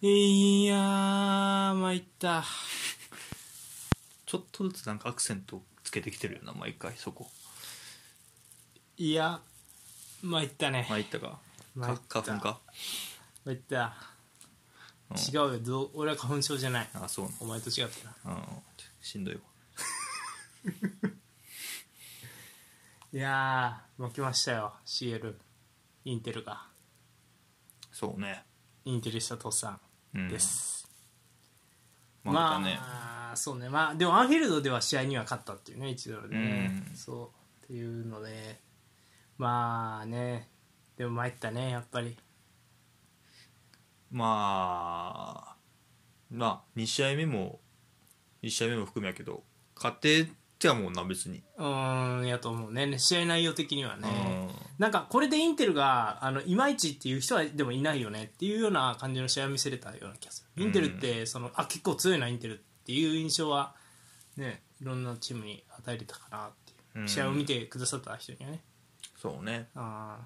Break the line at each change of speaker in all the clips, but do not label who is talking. いやー、参った。
ちょっとずつなんかアクセントつけてきてるよな毎回そこ
いや、参ったね。
まあいったか
参っ
か
た
花粉か、
参った。
うん
違うよどう。俺は花粉症じゃない。
あそう
お前と違ってな。
なのうんしんどいわ
いやー、負けましたよ。CL。インテルが。
そうね
インテリした父さ
うんん
です。
まあね、
まあ、そうね。まあ、でもアンフィールドでは試合には勝ったっていうね、1ドルでね。
うん
そう。っていうので、まあね。でも参ったね、やっぱり。
まあまあ2試合目も1試合目も含めやけど勝てってはもうな別に、
うーん、やと思うね。試合内容的にはね。
うん
なんかこれでインテルがあのいまいちっていう人はでもいないよねっていうような感じの試合を見せれたような気がする。インテルってそのあ結構強いなインテルっていう印象はねいろんなチームに与えれたかなっていう、
うん
試合を見てくださった人にはね。
そうね
あ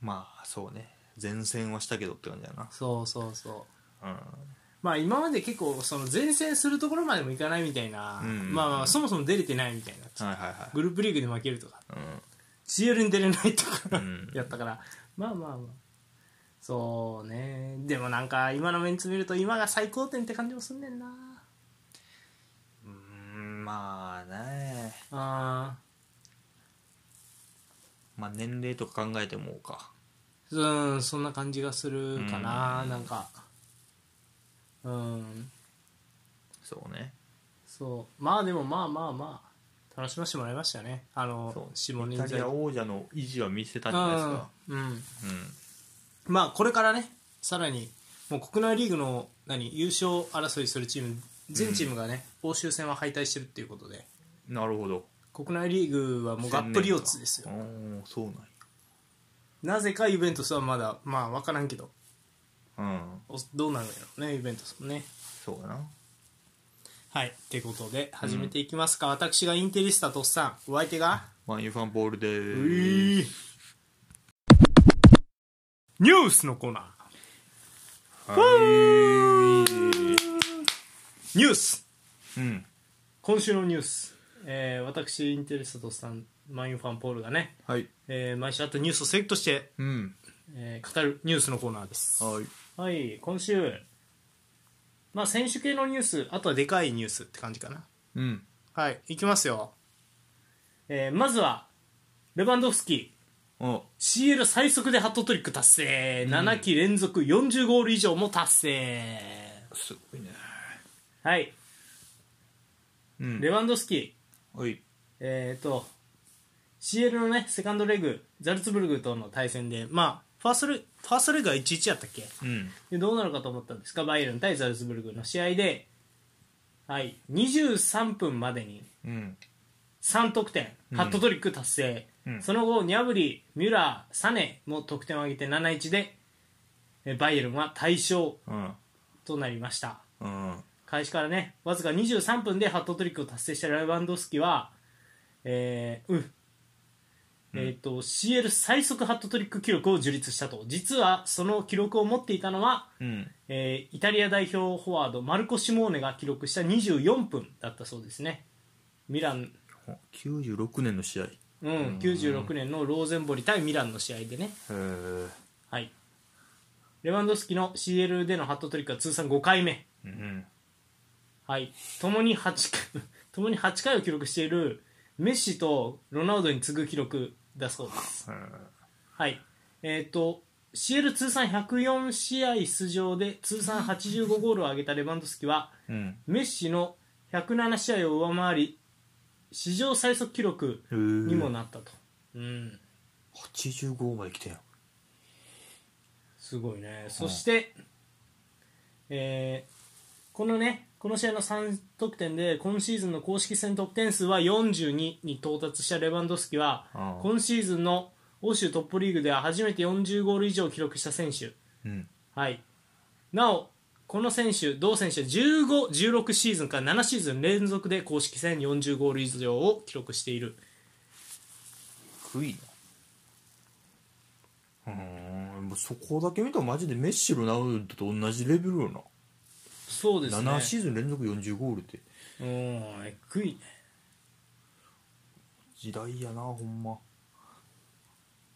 まあそうね前線はしたけどって感じだ
ーそうそうそう。
な
まあ今まで結構その前線するところまでもいかないみたいな、
うん
まあまあそもそも出れてないみたいな。
うんはいはいは
グループリーグで負けるとか
い、うん、
CL に出れないとか、
うん
やったからまあまあまあそうねでもなんか今のメンツ見ると今が最高点って感じもすんねんな
うーんまあね
あ
まあ年齢とか考えてもか
ーうんそんな感じがするかな、
うん
なんかうん
そうね
そうまあでもまあまあまあ楽しませてもらいましたねあの下
そうイ
仁
タリ
材
ア王者の維持は見せたんじゃないですか
うんうん
うん
まあこれからねさらにもう国内リーグの何優勝争いするチーム全チームがね、欧州戦は敗退してるっていうことで
なるほど
国内リーグはもうがっぷり四つですよ
おーそうなん
なぜかユベントスはまだまあ分からんけど
やうん
おどうなるんやろうねユベントスもね
そうだな
はいってことで始めていきますか、私がインテリスタとっさんお相手が
マンユファンボールで
う
ーす
ニュースのコーナーニュ
は
ース
いうん
今週のニュース、えー私インテリスタとっさんマインファンポールがね
はい
えー毎週あったニュースをセレクトして、
うん
えー語るニュースのコーナーです
はい
はい今週まあ選手系のニュースあとはでかいニュースって感じかな
うん
はいいきますよ、えーまずはレバンドフスキ
お
ー CL 最速でハットトリック達成、7期連続40ゴール以上も達成
すごいね
はい
うん
レバンドフスキー
はい
えっ、と CL のねセカンドレグザルツブルグとの対戦でまあファーストレファーストレグは1-1やったっけ
うん
でどうなるかと思ったんですかバイエルン対ザルツブルクの試合で、はい、23分までに
うん
3得点ハットトリック達成、
うん
その後ニャブリミュラーサネも得点を挙げて7-1でえバイエルンは大勝
うん
となりました
うん
開始からねわずか23分でハットトリックを達成したライバンドフスキはえー、うえー、と CL 最速ハットトリック記録を樹立したと実はその記録を持っていたのは
うん
えーイタリア代表フォワードマルコ・シモーネが記録した24分だったそうですねミラン、
お96年の試合へ
うん、96年のローゼンボリ対ミランの試合でね、
え
はい、レバンドフスキの CL でのハットトリックは通算5回目
うん
はい、共に8回 共に8回を記録しているメッシとロナウドに次ぐ記録だそうです
へえ
はい。えっ、と、CL 通算104試合出場で通算85ゴールを挙げたレバンドフスキは、
うん
メッシの107試合を上回り史上最速記録にもなったと、うん、
85まで来てよ
すごいねそして、えーこのねこの試合の3得点で今シーズンの公式戦得点数は42に到達したレバンドフスキは
ああ
今シーズンの欧州トップリーグでは初めて40ゴール以上を記録した選手
うん
はい、なお、この選手、同選手は15、16シーズンから7シーズン連続で公式戦40ゴール以上を記録している、
低いなうーんそこだけ見たらマジでメッシロナウドと同じレベルよな、
そうですね
7シーズン連続40ゴールって
うんえっぐいね
時代やなほんま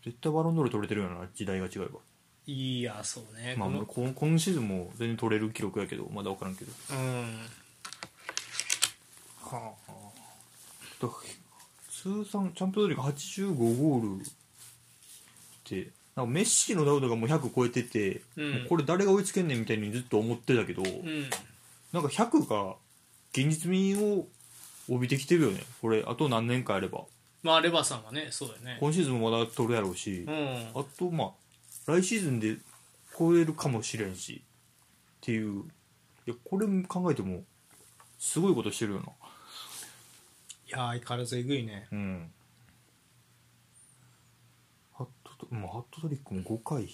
絶対バロンドール取れてるよな時代が違えば、
いやそうね、
まあ、
こ
も
の
うこん今シーズンも全然取れる記録やけどまだ分からんけど
うんはあ
だ通算チャンピオンズリーグ85ゴールってなんかメッシのダウドがもう100超えてて、
うん
もうこれ誰が追いつけんねんみたいにずっと思ってたけど、
うん
なんか100が現実味を帯びてきてるよねこれあと何年かやれば
まあレバーさんはねそうだよね
今シーズンもまだ取るやろうし、
うん
あとまあ来シーズンで超えるかもしれんしっていういやこれ考えてもすごいことしてるよない
や相変わらずえぐいね
うんハットトもうハットトリックも5回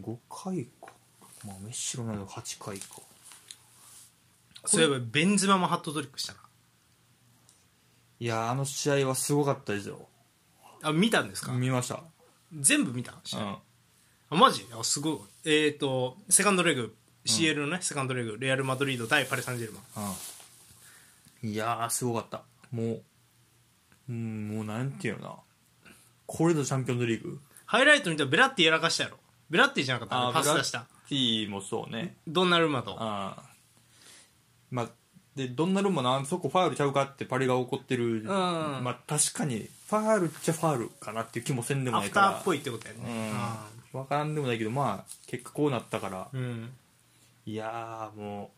5回かまあメッシロなど8回か
そういえばベンズマもハットトリックしたない
やーあの試合はすごかったですよ
あ見たんですか、
見ました
全部見た試合
うん
あマジあすごいえっ、とセカンドレグ CL のね、セカンドレグレアル・マドリード対パリ・サンジェルマン
うん、いやーすごかったもううんもうなんていうのかなこれぞチャンピオンズリーグ
ハイライト見たらベラッティやらかしたやろベラッティじゃなかったねパス出した
ティもそうね
ドンナルンマと
あまあでどんなルもなそこファウルちゃうかってパリが怒ってる、まあ確かにファウルっちゃファウルかなっていう気もせんでも
ア
ない
フタ
から
ーっぽいってことやね
うん、分からんでもないけどまあ結果こうなったから、
うん
いやーも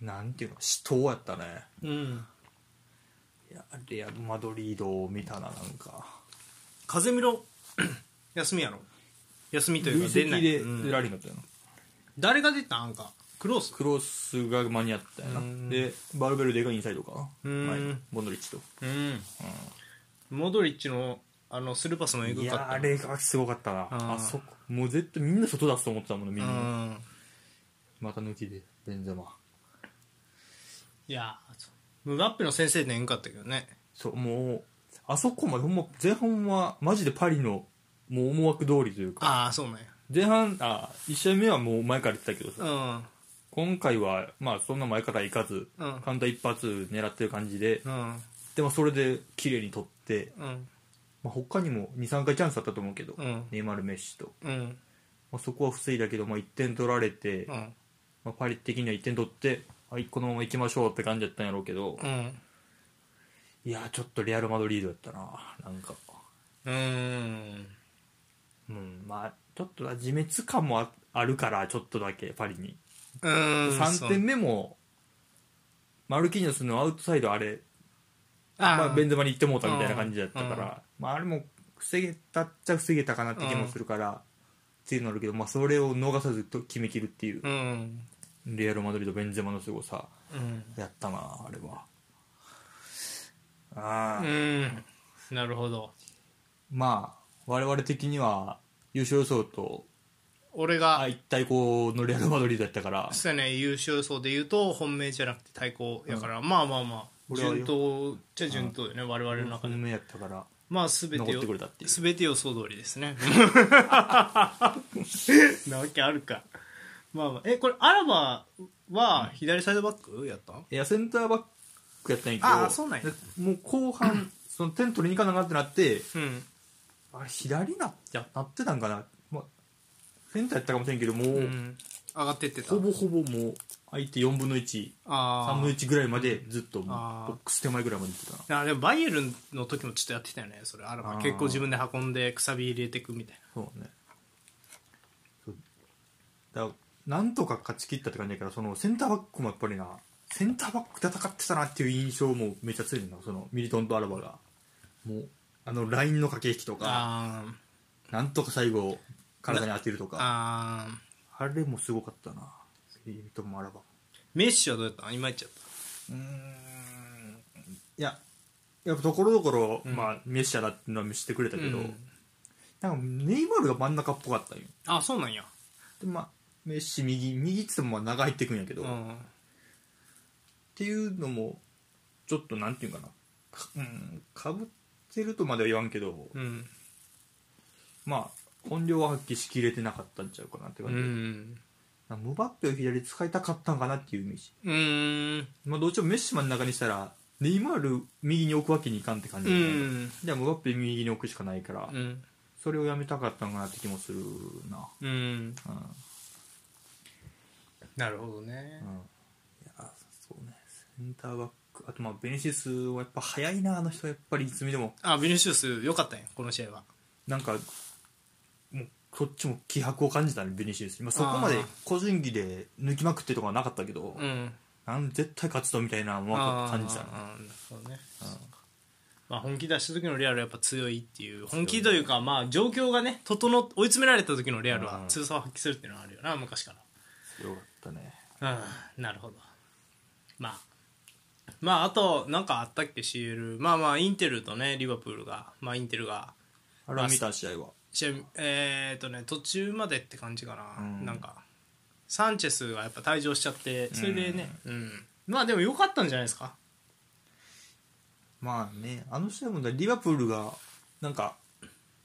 うなんていうの死闘やったね
うん
いやレアル・マドリードを見たななんか
風見ろ 休みやろ休みというか出
累
な
積
い、
で
うん
ラリーになったよな、
誰が出たんあんかクロース
クロスが間に合ったよな、
うん
でバルベルデがインサイドか、
うん
はいボンドリッチと
うんモドリッチのあのスルーパスもえぐ
い
か
や
った
あれがすごかったな
うん
あそこもう絶対みんな外出すと思ってたもんねみ
うん
な、
ん
また抜きでベンゼマ
いやムバッペの先生でえぐかったけどね
そうもうあそこまでほんま前半はマジでパリのもう思惑通りというか
ああそうなんや
前半あ1試合目はもう前から言ってたけどさ
うん
今回はまあそんな前から行かず、
うん
カウンター一発狙ってる感じで、
うん
でもそれで綺麗に取って、
うん
まあ、他にも23回チャンスあったと思うけど、
うん
ネイマール・メッシと、
うん
まあ、そこは防いだけど、まあ、1点取られて、
う
ま
ん
あ、パリ的には1点取って、はい、このまま行きましょうって感じだったんやろうけど、
うん
いやーちょっとレアル・マドリードやったななんか、
うん
うんまあ、ちょっとな自滅感もああるからちょっとだけパリに、
うん
3点目もマルキーニョスのアウトサイドあれ、
あ
まあ、
あ
ベンゼマに行ってもうたみたいな感じだったから、
うんうん
まあ、あれも防げたっちゃ防げたかなって気もするから、っていうのあるけど、まあ、それを逃さずと決めきるっていう
うん
レアル・マドリードベンゼマのすごさ
うん
やったなあれはああ、
うんなるほど
まあ我々的には優勝予想と
俺が
一対抗のレアル・マドリードやったから
そうやね優勝予想で言うと本命じゃなくて対抗やから、まあまあまあ
俺は
順当じゃ順当よね、我々の中で、
本命やったから
まあ全て
残ってく
よ
れたっていう
全て予想通りです ねなわけあるかまあまあえこれアラバは左サイドバックやったん
いやセンターバックやったんやけど
ああそうなんや
もう 後半その点取りに行かなあかんってなって
うん
あれ左なやなってたんかな、まあ、センターやったかもしれんけどもう、
うん上がってってた
ほぼほぼもう相手4分の13
あ
分の
ー
1ぐらいまでずっともう
あー
ボックス手前ぐらいまで行ってたな
あでもバイエルンの時もちょっとやってたよねそれアラバ
あー
結構自分で運んでくさび入れてくみたい
そうねそうだからなんとか勝ち切ったって感じだからそのセンターバックもやっぱりなセンターバック戦ってたなっていう印象もめっちゃ強いんだそのミリトンとアラバがもうあのラインの駆け引きと
な
か
あー
なんとか最後体に当てるとか
あー
あれもすごかったなミリトンもアラバ
メッシはどうやったん今言っちゃった
うーんいややっぱところどころ、まあ、メッシャだっていうのは見せてくれたけど、
うん
なんかネイマールが真ん中っぽかったんよ
あそうなんや
でまあメッシ右右っつってもまあ長入ってくんやけど、
う
っ
ん
ていうのもちょっとなんていうんかなか,、うん、かぶってるとまでは言わんけど、
うん
まあ本領は発揮しきれてなかったんちゃうかなって
う
感じ、
ん
なムバッペを左使いたかったんかなっていうイメージ、
うん
まあ、どうしてもメッシ真ん中にしたらネイマール右に置くわけにいかんって感じ
う
じゃない、
ん
じゃあムバッペ右に置くしかないから、
うん
それをやめたかったんかなって気もするな
うん
うん、うん、
なるほどね
いやそうねセンターバックあとまあベネシスはやっぱ早いなあの人はやっぱりいつ見ても
あビニシウス良かったんやこの試合は
なんかもうこっちも気迫を感じたねベニシウス今そこまで
あー
個人技で抜きまくってとかはなかったけど、
うん
なん絶対勝つぞみたいなものを感じたね
あーあーなるほどね
うん
まあ、本気出した時のレアルはやっぱ強いっていう本気というかまあ状況がね整っ追い詰められた時のレアルは
うん
強さを発揮するっていうのはあるよな昔か
強かったね
らうんなるほどまあまああとなんかあったっけ CL まあまあインテルとねリバプールがまあインテルが
あれは見た試合は
試合えっ、とね途中までって感じかな、
うん
なんかサンチェスがやっぱ退場しちゃってそれでねうんまあでも良かったんじゃないですか
まあねあの試合もねリバプールがなんか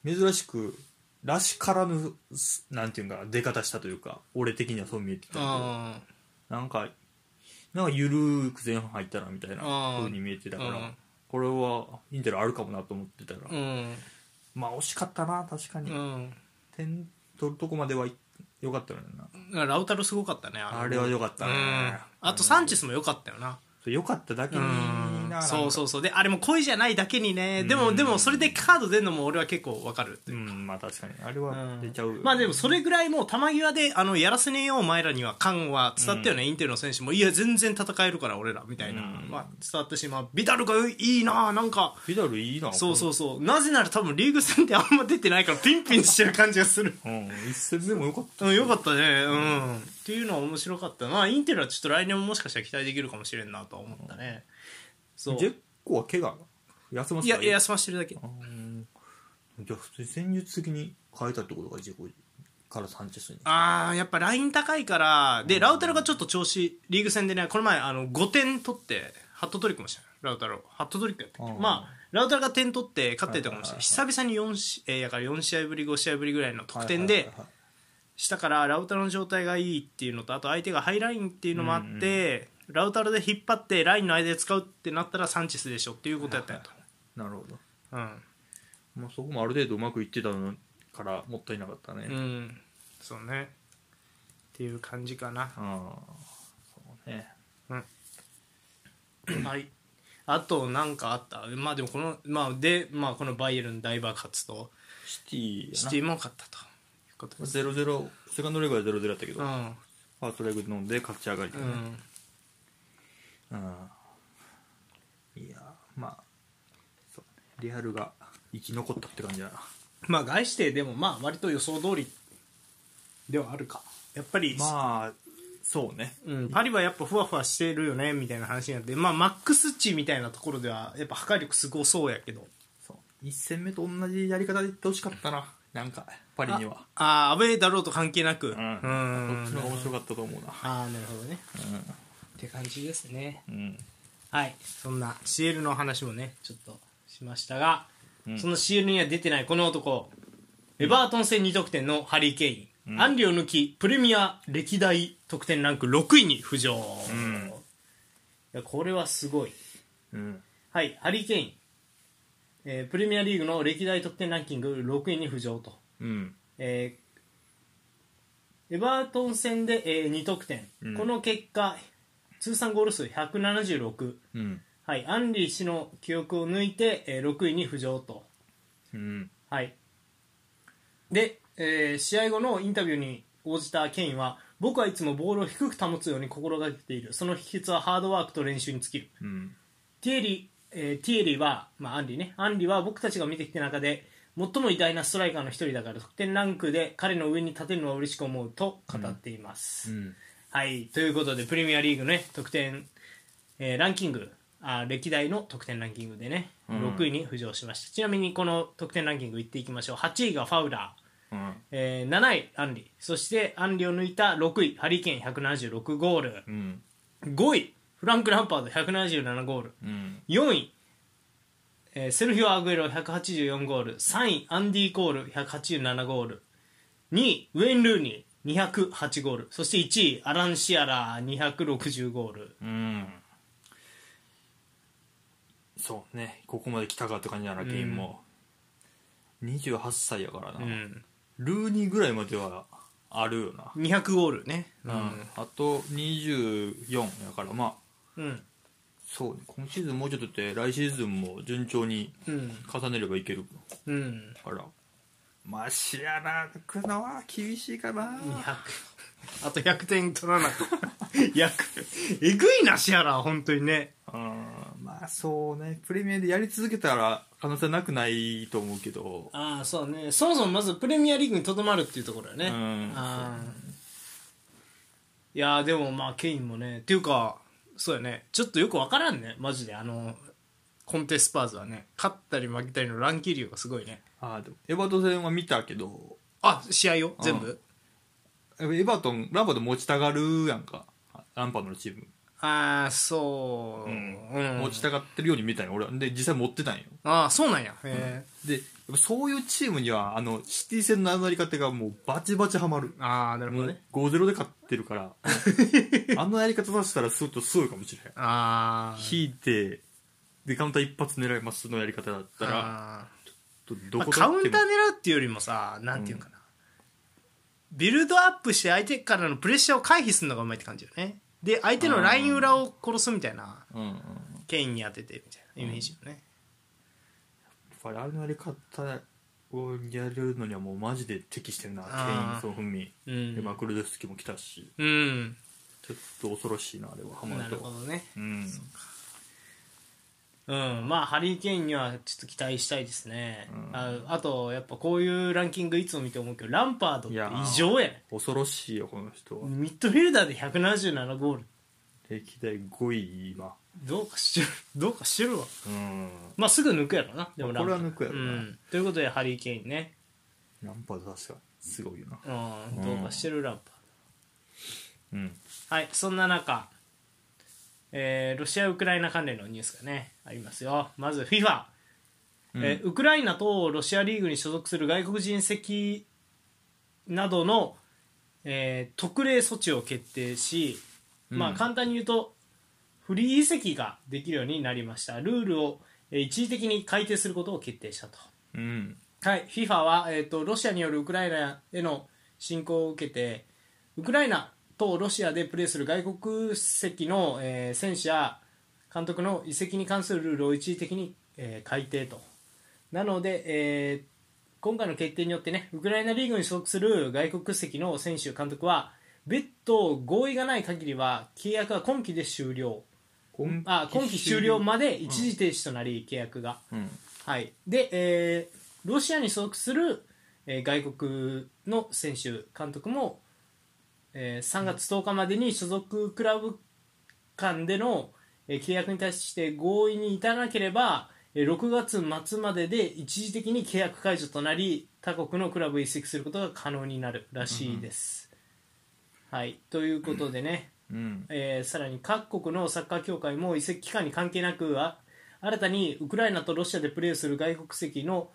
珍しくらしからぬすなんていうんかな出方したというか俺的にはそう見えてたけど
あ
なんかなんかゆるーく前半入ったなみたいな
うん
風に見えてたから、
うん
これはインテルあるかもなと思ってたら、
あうん
まあ惜しかったな確かに、
うん
点取るとこまではいよかったのよな
ラウタロすごかったねあ
あれはよかったね
うんあとサンチェスもよかったよな
そうよかっただけ
う
に
ん
な
そう
う
そうそうであれも恋じゃないだけにねでも
うん
でもそれでカード出るのも俺は結構わかる
うんまあ確かにあれは出ちゃうよね、
まあでもそれぐらいもう球際であのやらせねえよお前らには感は伝わったよね、インテルの選手もいや全然戦えるから俺らみたいな、
うん
まあ、伝わったし、まあ、ビダルがいいななんか
ビダルいいな
そうそうそうなぜなら多分リーグ戦ってあんま出てないからピンピンしてる感じがする
うん一戦でもよかった
うんよかったねうんっていうのは面白かったまあインテルはちょっと来年ももしかしたら期待できるかもしれんなとは思ったね、そう
ジェッコは怪我休ま
い
せた
や
ら
いや休ませてるだけ
うんじゃあ普通に戦術的に変えたってことかジェコからサンチェスに
あーやっぱライン高いからでラウタロがちょっと調子リーグ戦でねこの前あの5点取ってハットトリックもしたよラウタロハットトリックやったっけ
うん
まあラウタロが点取って勝ってたかもしれない
はい
久々に4試,、えーやから4試合ぶり5試合ぶりぐらいの得点
はい
で
はいはいはい
したからラウタロの状態がいいっていうのとあと相手がハイラインっていうのもあって、ラウタロで引っ張ってラインの間で使うってなったらサンチェスでしょっていうことやったんやと、
なるほど、
うん
まあ、そこもある程度うまくいってたのからもったいなかったね、
うんそうねっていう感じかな
ああそうね
はい、あとなんかあったまあでもこの,、まあでまあ、このバイエルン大爆発と
シティ
シ
や
テ
な
ィも勝ったということです
ゼロゼロセカンドレグはゼロゼロやったけど、
う
フ
ん
ァーストレグ飲んで勝ち上がりだ
う
ね、
ん
うんいやーまあそうねリアルが生き残ったって感じだな
まあ外資ででもまあ割と予想通りではあるかやっぱり、
まあそうね
うん、パリはやっぱふわふわしてるよねみたいな話になって、まあ、マックス値みたいなところではやっぱ破壊力すごそうやけど
そう1戦目と同じやり方でいってほしかったななんかパリには
ああアウェーだろうと関係なくう
うん
ん
そっちの方が面白かったと思うな
ああなるほどねって感じですね
うんうん
はい、そんな CL の話もねちょっとしましたが、
ん
その CL には出てないこの男エバートン戦2得点のハリー・ケイン、アンリを抜きプレミア歴代得点ランク6位に浮上、
ん
いやこれはすごい
うん
はいハリー・ケイン、えープレミアリーグの歴代得点ランキング6位に浮上と、
うん
えーエバートン戦で、え2得点、
うん
この結果通算ゴール数176
うん
はい、アンリー氏の記憶を抜いて、えー6位に浮上と、
うん
はい、で、えー試合後のインタビューに応じたケインは僕はいつもボールを低く保つように心がけているその秘訣はハードワークと練習に尽きる
うん
ティエリ,、えーティエリは、まあ、アンリーねアンリーは僕たちが見てきた中で最も偉大なストライカーの一人だから得点ランクで彼の上に立てるのは嬉しく思うと語っています、
うん
はい、ということでプレミアリーグのね得点、えーランキングあ歴代の得点ランキングでね、
ん
6位に浮上しましたちなみにこの得点ランキングいっていきましょう8位がファウラー、
うん
えー7位アンリそしてアンリを抜いた6位ハリケーン176ゴール
うん
5位フランク・ランパード177ゴール
うん
4位、えーセルフィオ・アグエロ184ゴール3位アンディ・コール187ゴール2位ウェイン・ルーニー208ゴールそして1位アラン・シアラー260ゴール
うんそうねここまで来たかって感じだな
うん
ゲインも、28歳やからな、
うん
ルーニーぐらいまではあるよな、
200ゴールね
うんあと24やからまあ
うん
そうね今シーズンもうちょっとって来シーズンも順調に
うん
重ねればいける
うん
からまあシアラーくのは厳しいかな
200あと100点取らなく 100えぐいなシアラー本当にね
うんまあそうねプレミアでやり続けたら可能性なくないと思うけど
ああそうねそもそもまずプレミアリーグにとどまるっていうところだよね、
うん
あーいやーでもまあケインもねっていうかそうやねちょっとよくわからんねマジであのコンテスパーズはね勝ったり負けたりの乱気流がすごいね
あーでもエバートン戦は見たけど
あ試合を全部、
うエバートンランパード持ちたがるやんかランパードのチーム、
ああそう、うん
持ちたがってるように見たんよ俺はで実際持ってたんよ
ああそうなんやへ
でやっぱそういうチームにはあのシティ戦のあのやり方がもうバチバチハマる
えああなるほ
も
ど
う
ね
5-0で勝ってるから あのやり方出したらすっとすごいかもしれん
ああ
引いてでカウンター一発狙いますのやり方だったら
あー
どど
まあ
こ
カウンター狙
だっ
うっていうよりもさなんていうかな、ビルドアップして相手からのプレッシャーを回避するのがうまいって感じよねで相手のライン裏を殺すみたいな
てもうんうんやっ
ケインに当ててみたいなイメージよね、
ぱりあのやり方をやるのにはもうマジで適してるなケ
あー
インソン・フンミ
う
ンでマ
ん
クルドフスキも来たし
うん、
ちょっと恐ろしいなあれはハマ
な
る
る
と
ほどね
うん
うんまあハリー・ケインにはちょっと期待したいですね、
うん
ああとやっぱこういうランキングいつも見て思うけどランパードって
いやー
異常やね
恐ろしいよこの人は
ミッドフィルダーで177ゴール
歴代5位今
どうかしてるどうかしてるわ
うん
まあすぐ抜くやろなでも
まあこれは抜くやろ
う、
なん
ということでハリー・ケインね、
ランパード確かすごいよな
うん、
うん
どうかしてるランパ
うん
はいそんな中、えーロシア・ウクライナ関連のニュースがねありますよまず FIFA、えーウクライナとロシアリーグに所属する外国人籍などの、えー特例措置を決定し、まあ、
うん
簡単に言うとフリー移籍ができるようになりましたルールを、えー一時的に改定することを決定したと。
うん
はい、FIFA は、えー、とロシアによるウクライナへの侵攻を受けてウクライナとロシアでプレーする外国籍の、えー選手や監督の移籍に関するルールを一時的に、えー改定となので、えー今回の決定によってねウクライナリーグに所属する外国籍の選手監督は別途合意がない限りは契約は今期で終了
今
あ今期終了まで一時停止となり、契約が。
うん
はい、で、えーロシアに所属する、えー外国の選手、監督も、えー3月10日までに所属クラブ間での、えー契約に対して合意に至らなければ、えー6月末までで一時的に契約解除となり他国のクラブへ移籍することが可能になるらしいです。はい、ということでね、
うん
えーさらに各国のサッカー協会も移籍期間に関係なくあ新たにウクライナとロシアでプレーする外国籍の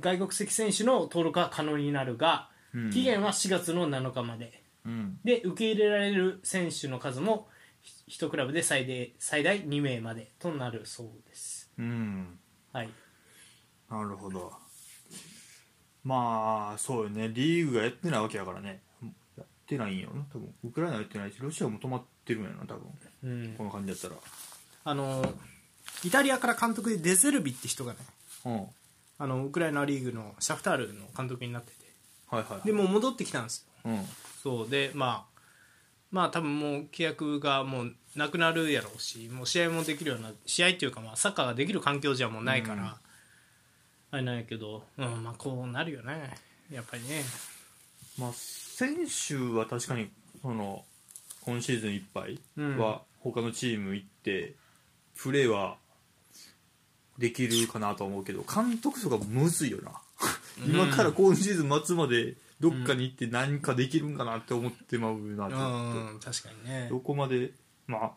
外国籍選手の登録は可能になるが、
うん
期限は4月の7日まで
うん
で受け入れられる選手の数もひ1クラブで最大最大2名までとなるそうです、
うん
はい、
なるほどまあそうよねリーグがやってないわけやからねやってないんよな多分ウクライナはやってないしロシアも止まってるんやな多分
うん
こ、の感じだったら
あのイタリアから監督でデゼルビって人がね
うんはい
あのウクライナリーグのシャフタールの監督になってて
はいはい
でもう戻ってきたんですよ
うん
そうでまあまあ多分もう契約がもうなくなるやろうしもう試合もできるような試合っていうかまあサッカーができる環境じゃもうないから、
うん
あれなんやけど、うんまあ、こうなるよねやっぱりね
まあ先週は確かにその今シーズンいっぱいは他のチーム行ってプレーはできるかなとは思うけど監督とかむずいよな今から今シーズン末までどっかに行って何かできるんかなって思ってまうなちょっと
うん確かにね
どこまでまあ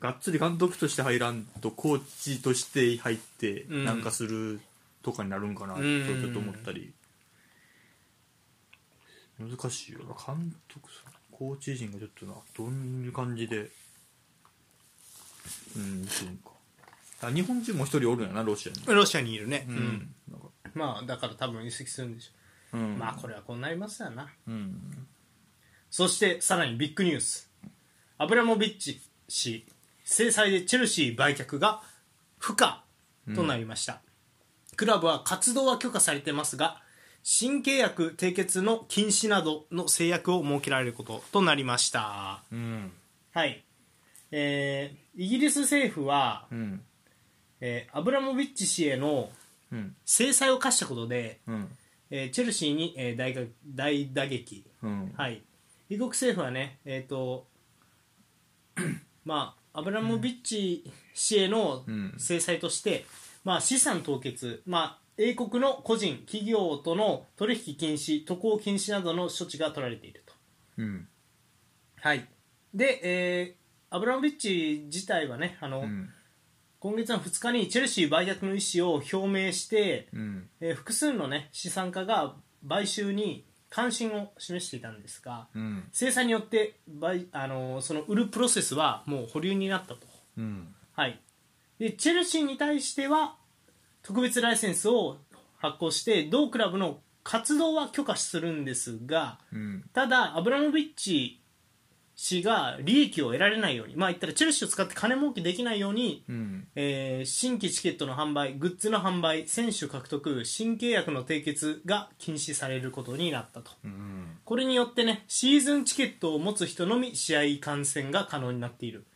がっつり監督として入らんとコーチとして入って
うん
なんかするとかになるんかなと
うん
ちょっと思ったり難しいよな監督さんコーチ陣がちょっとなどういう感じでうんそうかあ日本人も一人おるんやなロシアに
ロシアにいるね、う
うんんなんか
まあだから多分移籍するんでしょ
うん
う、まあこれはこうなりますよな
うん
そしてさらにビッグニュースアブラモビッチ氏制裁でチェルシー売却が不可となりました、クラブは活動は許可されてますが新契約締結の禁止などの制約を設けられることとなりました
うん
はいえー、イギリス政府は、
うん
えーアブラモビッチ氏への
うん
制裁を課したことで、
うん
えーチェルシーに、えー大が大打撃、
うん
はい、英国政府はね、えーと まあ、アブラモビッチ氏への
うん
制裁として、まあ、資産凍結、まあ、英国の個人、企業との取引禁止、渡航禁止などの処置が取られていると。
うん
はい、で、えーアブラモビッチ自体はねあの、
うん
今月の2日にチェルシー売却の意思を表明して、
うん
えー複数の、ね、資産家が買収に関心を示していたんですが
うん
制裁によって売、あのーその売るプロセスはもう保留になったと、
うん
はい、でチェルシーに対しては特別ライセンスを発行して同クラブの活動は許可するんですが
うん
ただアブラモビッチ氏が利益を得られないように、まあ、言ったらチェルシーを使って金儲けできないように
うん
えー新規チケットの販売グッズの販売選手獲得新契約の締結が禁止されることになったと
うん
これによってねシーズンチケットを持つ人のみ試合観戦が可能になっている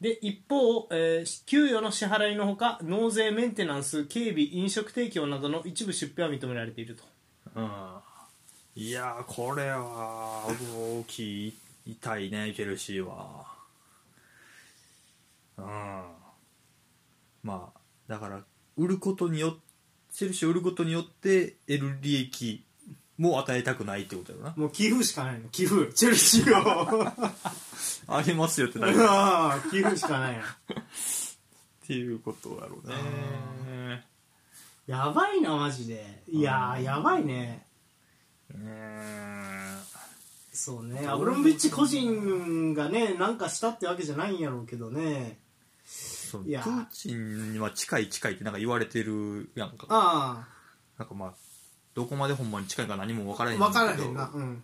で一方、えー給与の支払いのほか納税メンテナンス警備飲食提供などの一部出費は認められていると
うんいやーこれは大きい痛いねチェルシーはうんまあだから売ることによってチェルシーを売ることによって得る利益も与えたくないってことやろな
もう寄付しかないの寄付チェルシーを
あげますよってなる っ
寄付しかないの
ていうことやろうね
やばいなマジでいやーやばいね
うん
そうねアブロンビッチ個人がねなんかしたってわけじゃないんやろうけどね
そうプ
いや
ーチンには近い近いってなんか言われてるやんか
あ
なんかまあどこまでほんまに近いか何も分からへ
あ
ん
分
け
か
ど
らへんなうん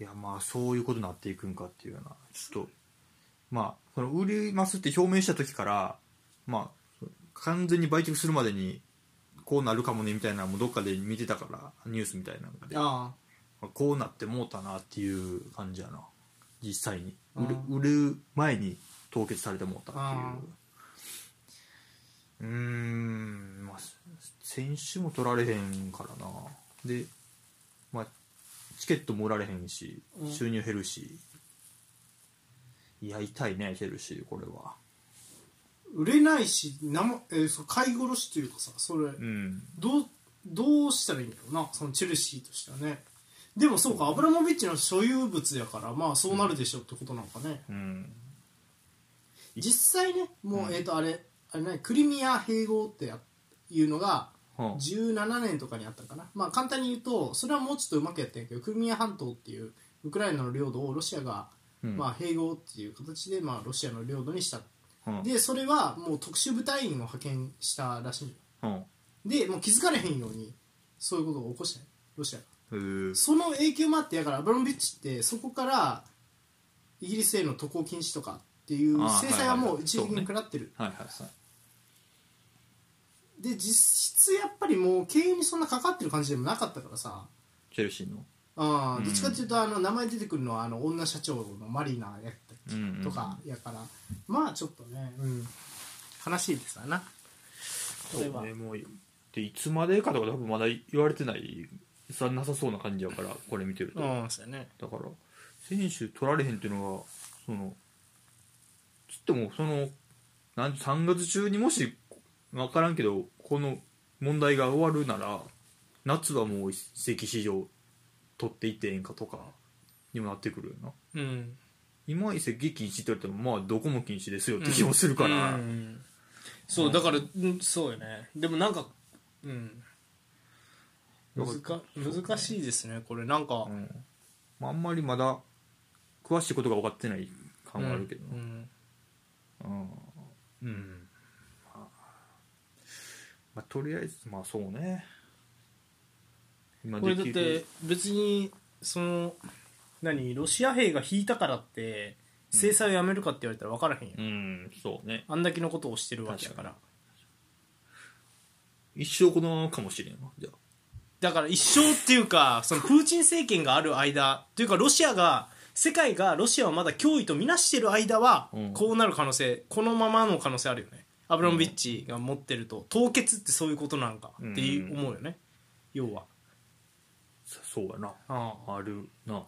いやまあそういうことになっていくんかっていうようなちょっとまあその売りますって表明した時からまあ完全に売却するまでにこうなるかもねみたいなのもどっかで見てたからニュースみたいなので
あ
まあこうなってもうたなっていう感じやな実際に
うん
売る売る前に凍結されてもうたっていううーんまあ選手も取られへんからなで、まあ、チケットも売られへんし
うん
収入減るし、いや痛いねチェルシーこれは
売れないし何も、えーそう買い殺しというかさそれ
うん
どうどうしたらいいんだろうなそのチェルシーとしてはねでもそうかアブラモビッチの所有物やからまあそうなるでしょってことなのかね、
うん
実際ねもう、
うん
えっ、とあれあれ何クリミア併合ってやいうのが
はあ
17年とかにあったかな、まあ、簡単に言うとそれはもうちょっとうまくやったんやけどクリミア半島っていうウクライナの領土をロシアが、
うん
まあ、併合っていう形で、まあ、ロシアの領土にした
はあ
でそれはもう特殊部隊員を派遣したらしいのよ
はあ
でもう気づかれへんようにそういうことを起こしたんよロシアが
へー
その影響もあってだからアブラモビッチってそこからイギリスへの渡航禁止とかっていう
あー
制裁はもう一時的
はいは
に
いはいそうね
食らってる
はいはいはい
で実質やっぱりもう経営にそんなかかってる感じでもなかったからさ
チェルシーの
ああ
うん
どっちかっていうとあの名前出てくるのはあの女社長のマリナやったっけ
うんうんうん
とかやからまあちょっとね、うん、悲しいですわなこれは、
そうねもうでいつまでかとか多分まだ言われてないさなさそうな感じやからこれ見てると、だ
うんそうやね
から選手取られへんっていうのはそのつってもそのなん3月中にもし分からんけどこの問題が終わるなら夏はもう一席市場取っていってええんかとかにもなってくるよな
うん
今井席禁止って言われてもまあどこも禁止ですよって気もするから、
うんそうだから、うん、そうよねでもなんかうん難難しいですねこれなんか、
うんまあ、あんまりまだ詳しいことが分かってない感はあるけど
う
なんうん、うんまあ、とりあえずまあそうね今
これだって別にその何ロシア兵が引いたからって制裁をやめるかって言われたら分からへんよ、
うんそうね
あんだけのことをしてるわけだから
一生このままかもしれんわじゃあ
だから一生っていうかそのプーチン政権がある間というかロシアが世界がロシアをまだ脅威とみなしてる間は
うん
こうなる可能性、このままの可能性あるよねアブラモビッチが持ってると凍結ってそういうことなんかっていう思うよね、要は
そそうやな
ああ
あるな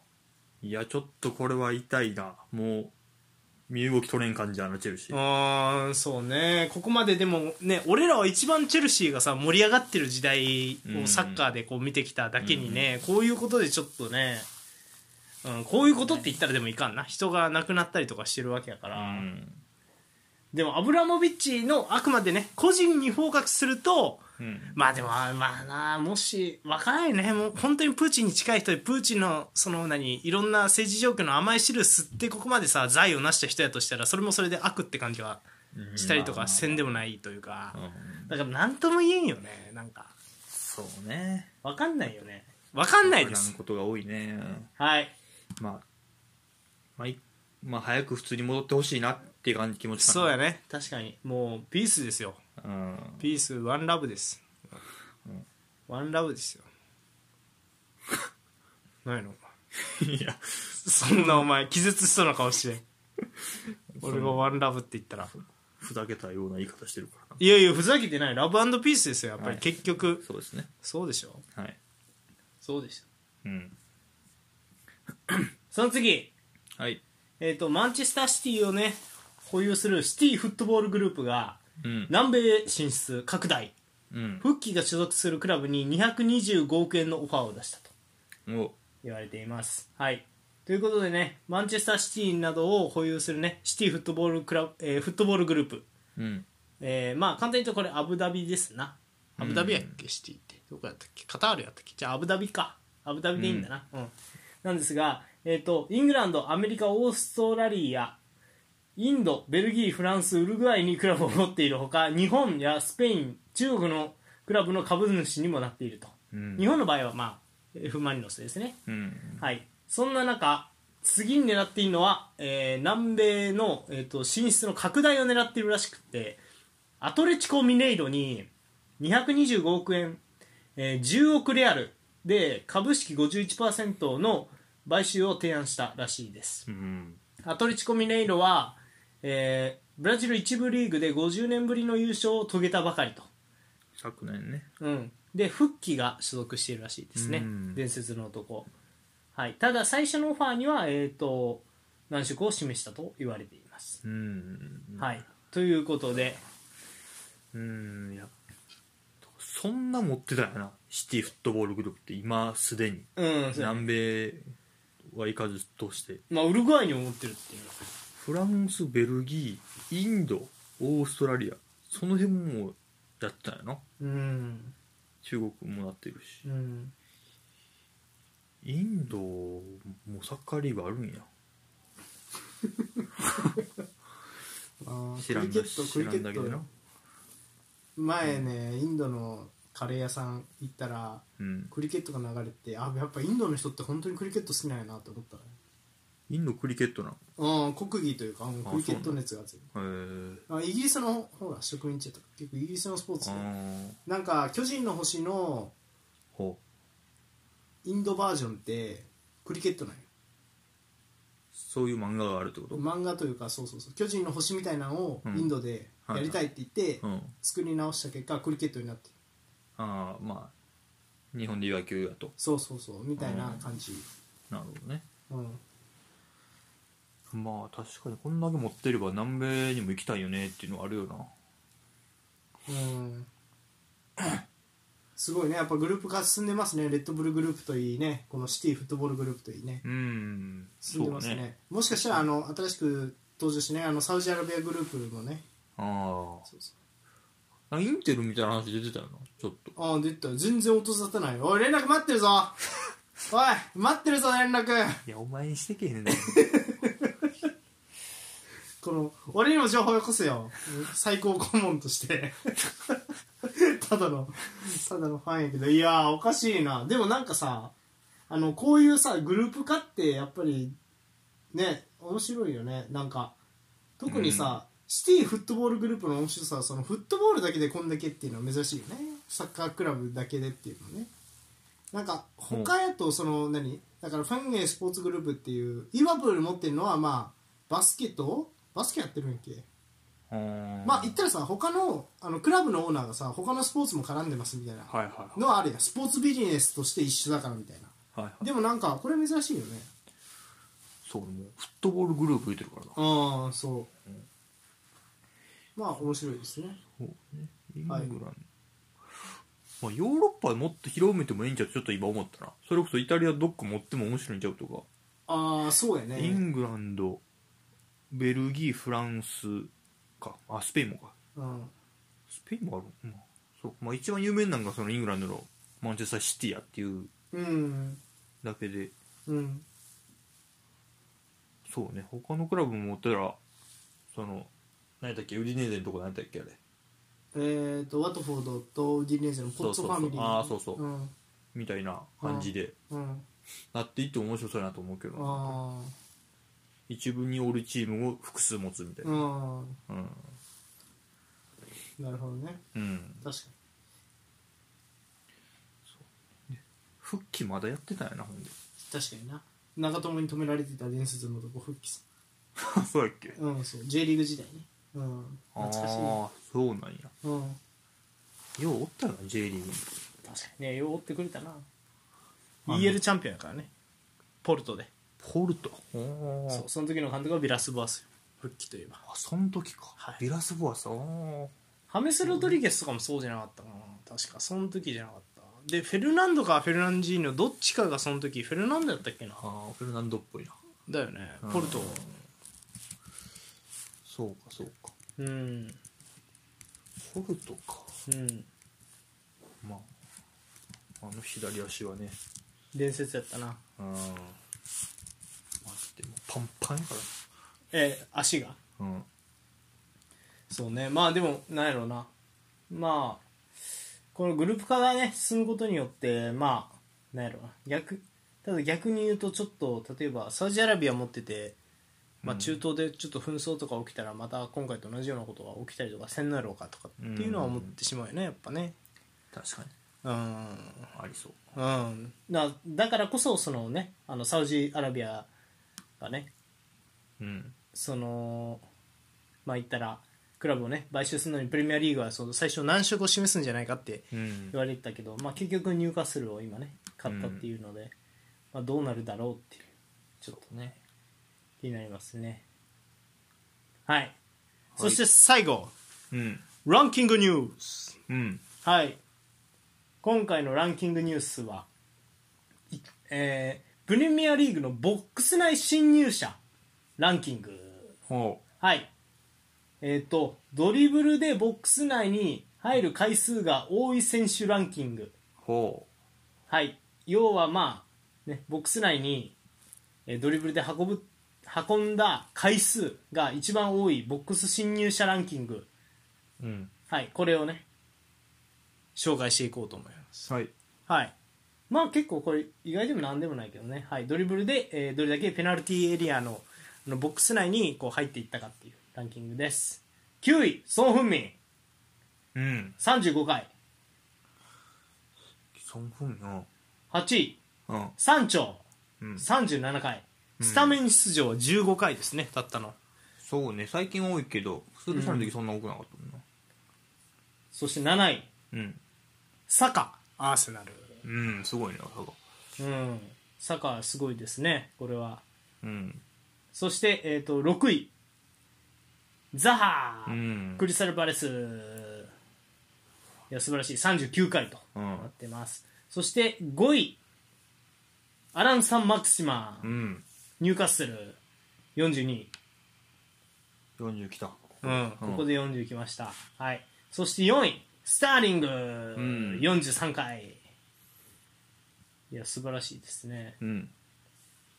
いやちょっとこれは痛いなもう身動き取れん感じやなチェルシ
う
ー
ーんそうねここまででもね俺らは一番チェルシーがさ盛り上がってる時代
う
を
ん
サッカーでこう見てきただけにね、こういうことでちょっとね、うん、こういうことって言ったらでもいかんな人が亡くなったりとかしてるわけやから、
うん
でもアブラモビッチのあくまでね個人にフォーカスすると
うん
まあでもあまあなあもしわからないねもう本当にプーチンに近い人でプーチンのその何いろんな政治状況の甘い汁吸ってここまでさ財を成した人やとしたらそれもそれで悪って感じはしたりとかせんでもないというか
うん
だから何とも言えんよねなんか
そうね
わかんないよねわかんないで
わ
す
からんことが多いね
はい
まあまあいまあ早く普通に戻ってほしいなっていう感じ気持ちかな
そうやね確かにもうピースですよ
うん
ピースワンラブです、ワンラブですよ ないの
いや
そんなお前気絶しそうな顔 して俺がワンラブって言ったら
ふざけたような言い方してるからない
やいやふざけてないラブピースですよやっぱ
は
り
い
結局、
そうですね
そうでしょ
はい
そうでしょ
うん
その次
はい
えっ、とマンチェスターシティをね保有するシティフットボールグループが
うん
南米進出拡大
うん
フッキーが所属するクラブに225億円のオファーを出したと
お
言われています。はい、ということでね、マンチェスターシティなどを保有するね、シティフットボールクラブ、えーフットボールグループ、
うん
えーまあ簡単に言うとこれ、アブダビですな。アブダビやっけ、シティって。どこやったっけカタールやったっけじゃあ、アブダビか。アブダビでいいんだな。うん。なんですが、えっ、と、イングランド、アメリカ、オーストラリア、インド、ベルギー、フランス、ウルグアイにクラブを持っているほか、日本やスペイン、中国のクラブの株主にもなっていると。
うん
日本の場合は、まあ、F ・マリノスですね。
うん
はい、そんな中次に狙っているのは、えー南米の、えー、と進出の拡大を狙っているらしくってアトレチコ・ミネイロに225億円、えー10億レアルで株式51%の買収を提案したらしいです
うん
アトレチコ・ミネイロは、えーブラジル1部リーグで50年ぶりの優勝を遂げたばかりと、
昨年ね
うん、で復帰が所属しているらしいですね、
うん
伝説の男、はい、ただ最初のオファーには、えー、と難色を示したと言われています、
うん
はい、ということで
うんいやそんな持ってたんやなシティフットボールグループって今すでに
うんそう
南米は行かずとして
まあ、ウルグアイに思ってるっていう
フランスベルギーインドオーストラリアその辺ももうやってたんやな
うん、
中国もなってるし
うん、
インドもサッカーリーグあるんや
あ
知らんな知らんだけどな
前ねインドのカレー屋さん行ったら
うん
クリケットが流れてあやっぱインドの人って本当にクリケット好きなんやなって思った
インドクリケットな
うん国技というかうん
あクリケット
熱が強い
へえ
あイギリスのほら植民地とか結構イギリスのスポーツ
あ
で
あ
なんか巨人の星の
ほう
インドバージョンってクリケットなんよ
そういう漫画があるってこと
漫画というかそうそうそう巨人の星みたいなのを
うん
インドでやりたいって言って
うん
作り直した結果クリケットになってる
ああまあ日本で野球やと
そうそうそうみたいな感じ
なるほどね
うん
まあ確かにこんだけ持ってれば南米にも行きたいよねっていうのはあるよな
うん すごいねやっぱグループ化進んでますねレッドブルグループといいねこのシティフットボールグループといいね
うん
進んでます
そう
ねもしかしたらあの新しく登場してねあのサウジアラビアグループもね
あ
そうそう
あインテルみたいな話出てたよなちょっと
ああ出てた全然音沙汰ないおい連絡待ってるぞおい待ってるぞ連絡
いやお前にしてけへ んねん
この俺にも情報よこせよ最高顧問として ただのただのファンやけどいやーおかしいなでもなんかさあのこういうさグループ化ってやっぱりね面白いよねなんか特にさ、シティフットボールグループの面白さはそのフットボールだけでこんだけっていうのは珍しいよねサッカークラブだけでっていうのねなんか他やとその何だからファンゲースポーツグループっていうイワプール持ってるのはまあバスケとバスケやってるんやっけまあ言ったらさ他のあのクラブのオーナーがさ他のスポーツも絡んでますみたいな
はいはい
のはあるやんスポーツビジネスとして一緒だからみたいな
はいはい
でもなんかこれ珍しいよね
そうもうフットボールグループ出てるからな
ああそう、まあ面白いですね
そうねイングランド、まあ、ヨーロッパもっと広めてもいいんちゃうってちょっと今思ったなそれこそイタリアどっか持っても面白いんちゃうとか、
ああそうやね
イングランドベルギーフランスかあスペインもか
うん
スペインもある、まあそうまあ、一番有名なのがそのイングランドのマンチェスターシティやっていう
うん
だけで
うん
そうね他のクラブも持ったらその何やったっけウディネーゼのとこ何やったっけあれ
えー、とワトフォードとディネーゼのポッツォファミリー
そうそうそうあーそうそうんみたいな感じで
うん、
なっていっても面白そうやなと思うけどな
あ
一部におるチームを複数持つみたい
あう
な、
ん
うん
なるほどね
うん、
確か
復帰まだやってたんやなほんで
に確かにな長友に止められてた伝説のとこ復帰さ
そうやっけ
うんそう J リーグ時代ねうん
ああ
懐かしい
ーそうなんや
うん
ようおったよな J リーグに
確かにねよう追ってくれたな
あの
EL チャンピオンやからねポルトで
ポルト
そう
そ
その時の監督はビラスボアスよ復帰といえば
あその時か、
はい
ビラスボアさん
ハメス・ロドリゲスとかもそうじゃなかったかな確かその時じゃなかったでフェルナンドかフェルナンジーニョどっちかがその時フェルナンドだったっけな
ああフェルナンドっぽいな
だよねポルト
うんそうかそうか
うん
ポルトか
うん
まああの左足はね
伝説やったな
うんまあでもパンパンやか
え足が
らうん
そうねまあでもなんやろうなまあこのグループ化がね進むことによってまあなんやろうな逆ただ逆に言うとちょっと例えばサウジアラビア持ってて、まあ、
うん
中東でちょっと紛争とか起きたらまた今回と同じようなことが起きたりとかせんのやろうかとかっていうのは思ってしまうよねやっぱね
確かに
うん
ありそう
うんだだからこそそのねあのサウジアラビアがね
うん
そのまあ言ったらクラブをね買収するのにプレミアリーグはその最初難色を示すんじゃないかって
うん
言われてたけど、まあ、結局ニューカッスルを今ね買ったっていうので、まあ、どうなるだろうっていうちょっと
ね
気になりますねはい、そして最後
うん
ランキングニュース
うん
はい今回のランキングニュースはいえー、プレミアリーグのボックス内侵入者ランキング
ほ
はい。えっ、と、ドリブルでボックス内に入る回数が多い選手ランキング。
うほ
はい。要はまあ、ね、ボックス内にえードリブルで運ぶ、運んだ回数が一番多いボックス侵入者ランキング。
ううん
はい。これをね、紹介していこうと思います。
はい
はい。まあ結構これ意外でも何でもないけどね。はい。ドリブルで、えーどれだけペナルティーエリアのあのボックス内にこう入っていったかっていうランキングです。9位、ソン・フンミン、
うん
35回。
3分な
8位、
うん
サンチョ、
うん
37回。スタメン出場は15回ですね、たったの。
そうね最近多いけどスルーシャの時そんな多くなかったもんな
そして7位、
うん
サカ、アーセナル。
うんすごいね佐賀
うん。サカすごいですね、これは。
うん
そして、えっ、と、6位、ザハ
うん
クリスタル・パレス。いや素晴らしい39回と
うん
なってます、そして5位アラン・サン・マクシマ
うん
ニューカッスル42位、
40きた
うん、ここで40きました、はい、そして4位スターリング、
ん
43回いや素晴らしいですね
うん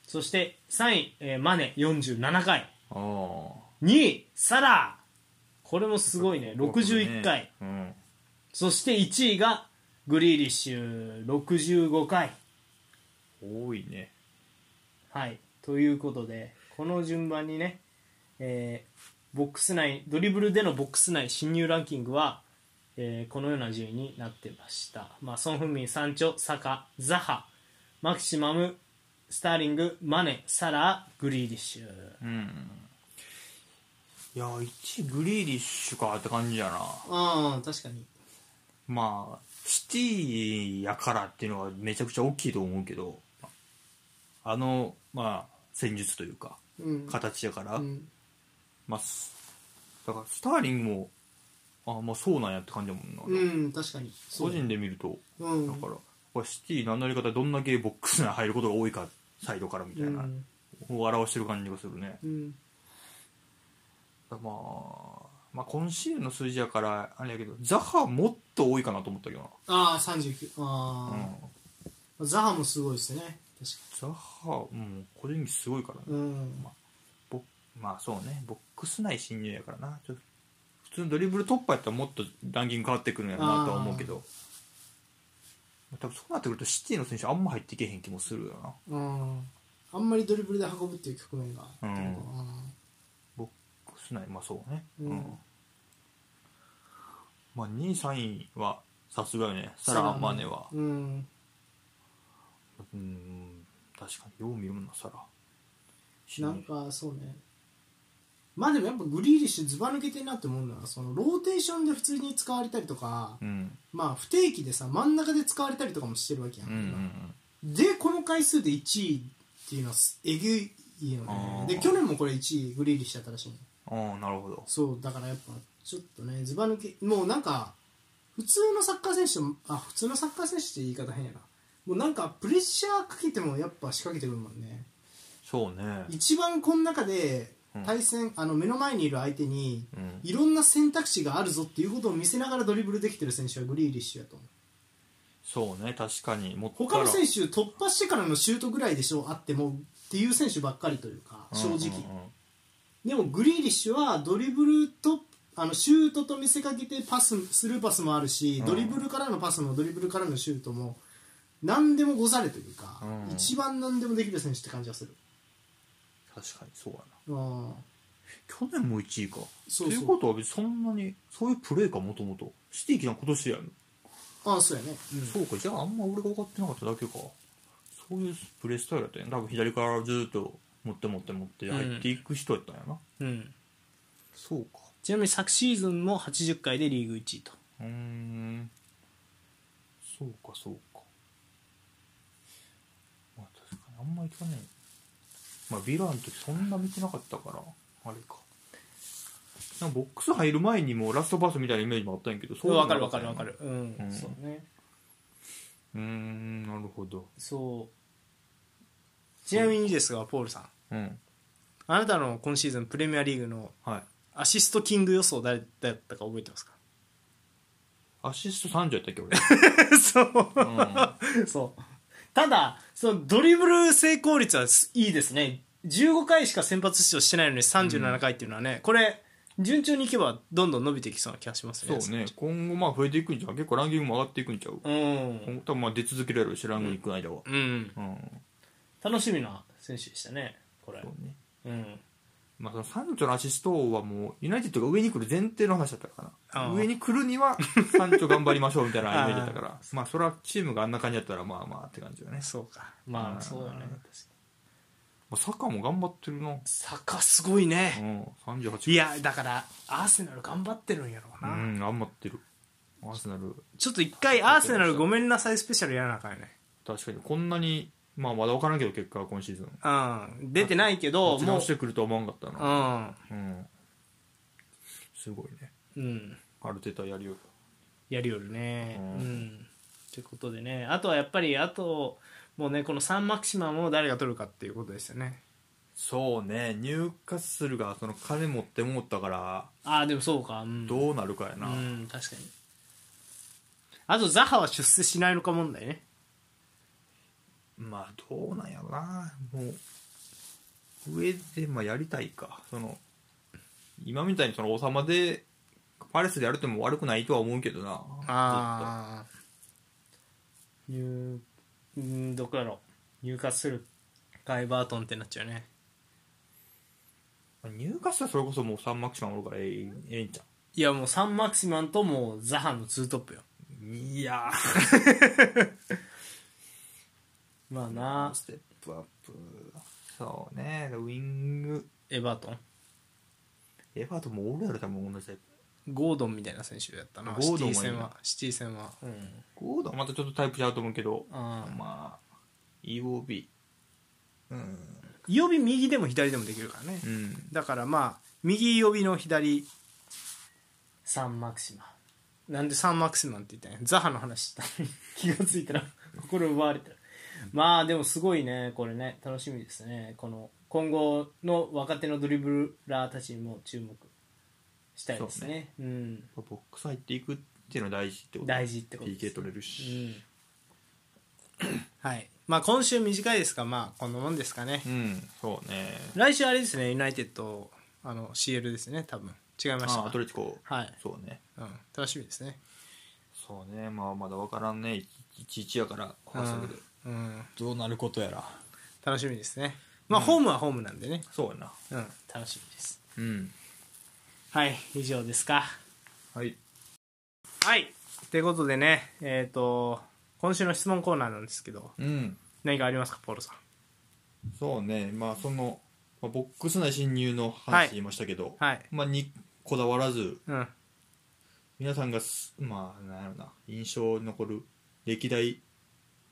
そして3位、えーマネ47回
ああ
2位サラこれもすごいね61回、
うん
そして1位がグリーリッシュ65回。
多いね
はい、ということでこの順番にね、えーボックス内ドリブルでのボックス内侵入ランキングは、えーこのような順位になってました、まあ、ソン・フンミン、サンチョ、サカ、ザハマキシマム、スターリングマネ、サラー、グリーリッシュ
うんいや1グリーリッシュかって感じやな
ああ確かに
まあシティやからっていうのはめちゃくちゃ大きいと思うけどあのまあ戦術というか
うん
形やから、
ん、
まあすだからスターリングもあまあそうなんやって感じやもんな、
うん、確かに
個人で見ると
う
だから、これシティ何のやり方でどんだけボックス内入ることが多いかサイドからみたいな、を表してる感じがするね、
うん
まあ、まあ今シーズンの数字やからあれやけどザハもっと多いかなと思ったけどな、
ああ39
う
あ
ん、
ザハもすごいですね確か
ザハうん個人技すごいか
に
らね、
うん
ボまあそうねボックス内侵入やからなちょっと普通のドリブル突破やったらもっとランキング変わってくるんやろなとは思うけどまあ多分そうなってくるとシティの選手あんま入っていけへん気もするよな
うんあんまりドリブルで運ぶっていう局面が、
うん
うん
ボックス内まあそうね
うん
まあ2位3位はさすがよねサラ・マネは
うん
うん確かによう見るもんなサラ
なんかそうねまあでもやっぱグリーリッシュずば抜けてるなって思うのはそのローテーションで普通に使われたりとか、
うん
まあ不定期でさ真ん中で使われたりとかもしてるわけや
うんうんうん
でこの回数で1位っていうのはすえぐいよ
あ
ね
ー
で去年もこれ1位グリーリッシュだったらしいの
ああなるほど
そうだからやっぱちょっとねずば抜けもうなんか普通のサッカー選手とあ普通のサッカー選手って言い方変やなもうなんかプレッシャーかけてもやっぱ仕掛けてくるもんね
そうね
一番この中で
うん
対戦、あの目の前にいる相手に
うん
いろんな選択肢があるぞっていうことを見せながらドリブルできてる選手はグリーリッシュやと思う
そうね確かにもっ
他の選手突破してからのシュートぐらいでしょあってもっていう選手ばっかりというか正直、でもグリーリッシュはドリブルとあのシュートと見せかけてパススルーパスもあるし、
うん
ドリブルからのパスもドリブルからのシュートも何でもござれというか、
うん
一番何でもできる選手って感じがする、
確かにそうやな
うん、
去年も1位か
そうそう
ということは別にそんなにそういうプレーかもともとシティ来たの今年やん、
ああそうやね、うん
そうかじゃああんま俺が分かってなかっただけかそういうプレースタイルだったんや多分左からずっと持って持って持って入っていく人やったんやな、
うん
そうか
ちなみに昨シーズンも80回でリーグ1位と
うーんそうかそうかまあ確かにあんまいかねえまあヴィランの時そんな見てなかったからあれかなんかボックス入る前にもうラストバスみたいなイメージもあったんやけどそう
わ
わ
かるわかるわかるうん、
うん
そうね
うーんなるほど
そうちなみにですがポールさん
うん
あなたの今シーズンプレミアリーグの
はい
アシストキング予想誰だったか覚えてますか
アシスト30やったっけ俺、
そう
う
そう。ただ、そのドリブル成功率はいいですね。15回しか先発出場してないのに37回っていうのはね、これ、順調にいけばどんどん伸びていきそうな気がしますね。
ん、そうね今後まあ増えていくんちゃう結構ランキングも上がっていくんちゃう、
うん。
多分まあ出続けるやろうしランキング行く間は
うん。
うん、
楽しみな選手でしたね、これ
そ。うね
うん。
まあ、そのサンチョのアシストはもうユナイテッドが上に来る前提の話だったから
ああ
な上に来るにはサンチョ頑張りましょうみたいなイメージだったから まあそれはチームがあんな感じだったらまあまあって感じだね
そうか。ま
う
あ、
ん
そうだね。
まあサッカーも頑張ってるな、う
サカすごいね。
ん、38
いや、だから、アーセナル頑張ってるんやろう
う
な。
ん頑張ってるアーセナル
ちょっと一回、アーセナルごめんなさいスペシャルやらなあかんよね。
確かにこんなにまあまだ分からんけど結果は今シーズン
うん。出てないけど、
持ち
もう
直し。てくるとは思わんかった
う。
なんうんすごいね
うん。
アルテタやりよ
やりよるね。う
うん
っ
ん
てことでねあとはやっぱりあともうねこの3マキシマムを誰が取るかっていうことですよね。
そうねニューカッスルがその金持ってもったから
ああでもそうか。うん、
どうなるかや
う
な、
ん確かに。あとザハは出世しないのか問題ね。
まあどうなんやろなもう上でまあやりたいかその今みたいにその王様でパレスでやるっても悪くないとは思うけどな
ああいううんどこやろ入荷するかエバートンってなっちゃうね
ちょっと入荷したらそれこそもう3マキシマンおるからええんええんちゃ
いやもうサンマクシマンともうザハのツートップよ
ういや
まあ
ー
な
ステップアップそうねウィング
エバートン
エバートンもおるやろ多分同じタイプ
ゴードンみたいな選手やったな
ゴードンもいいな
シティ戦はシティ戦はうん
ゴードンはまたちょっとタイプちゃうと思うけど
ああ
まあ EOB うん
予備右でも左でもできるからね、
うん
だからまあ右予備の左サンマクシマンなんでサンマクシマンって言ったんやザハの話したのに 気がついたら心奪われたまあでもすごいねこれね楽しみですねこの今後の若手のドリブラーたちにも注目したいですねうん
ボックス入っていくっていうのは大事ってこと
大事ってことです
PK 取れる
う
し
んはいまあ今週短いですがまあこんなもんですかね、
うん、そうね
来週あれですねユナイテッドあの CL ですね多分違いました
あアトレティコ
はい、
そうね
うん、楽しみですね
そうねまあまだ分からんねいちいちやから
うん、うん、
どうなることやら
楽しみですねまあ、ホームはホームなんでね
そうやな
うん楽しみです
うん
はい以上ですか
はい
はいってことでねえっ、と今週の質問コーナーなんですけど
うん
何かありますかポールさん
そうねまあその、まあ、ボックス内侵入の話言いましたけど、
はい
まあにこだわらず
うん
皆さんがすまあなんやろな印象に残る歴代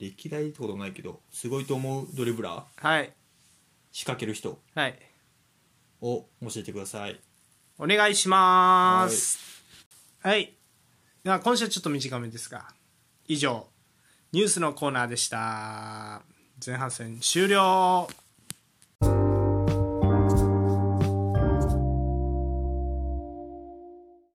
歴代ってこともないけどすごいと思うドリブラー
はい
仕掛ける人
はい
を教えてください
お願いしますはいでは今週はちょっと短めですが以上ニュースのコーナーでした前半戦終了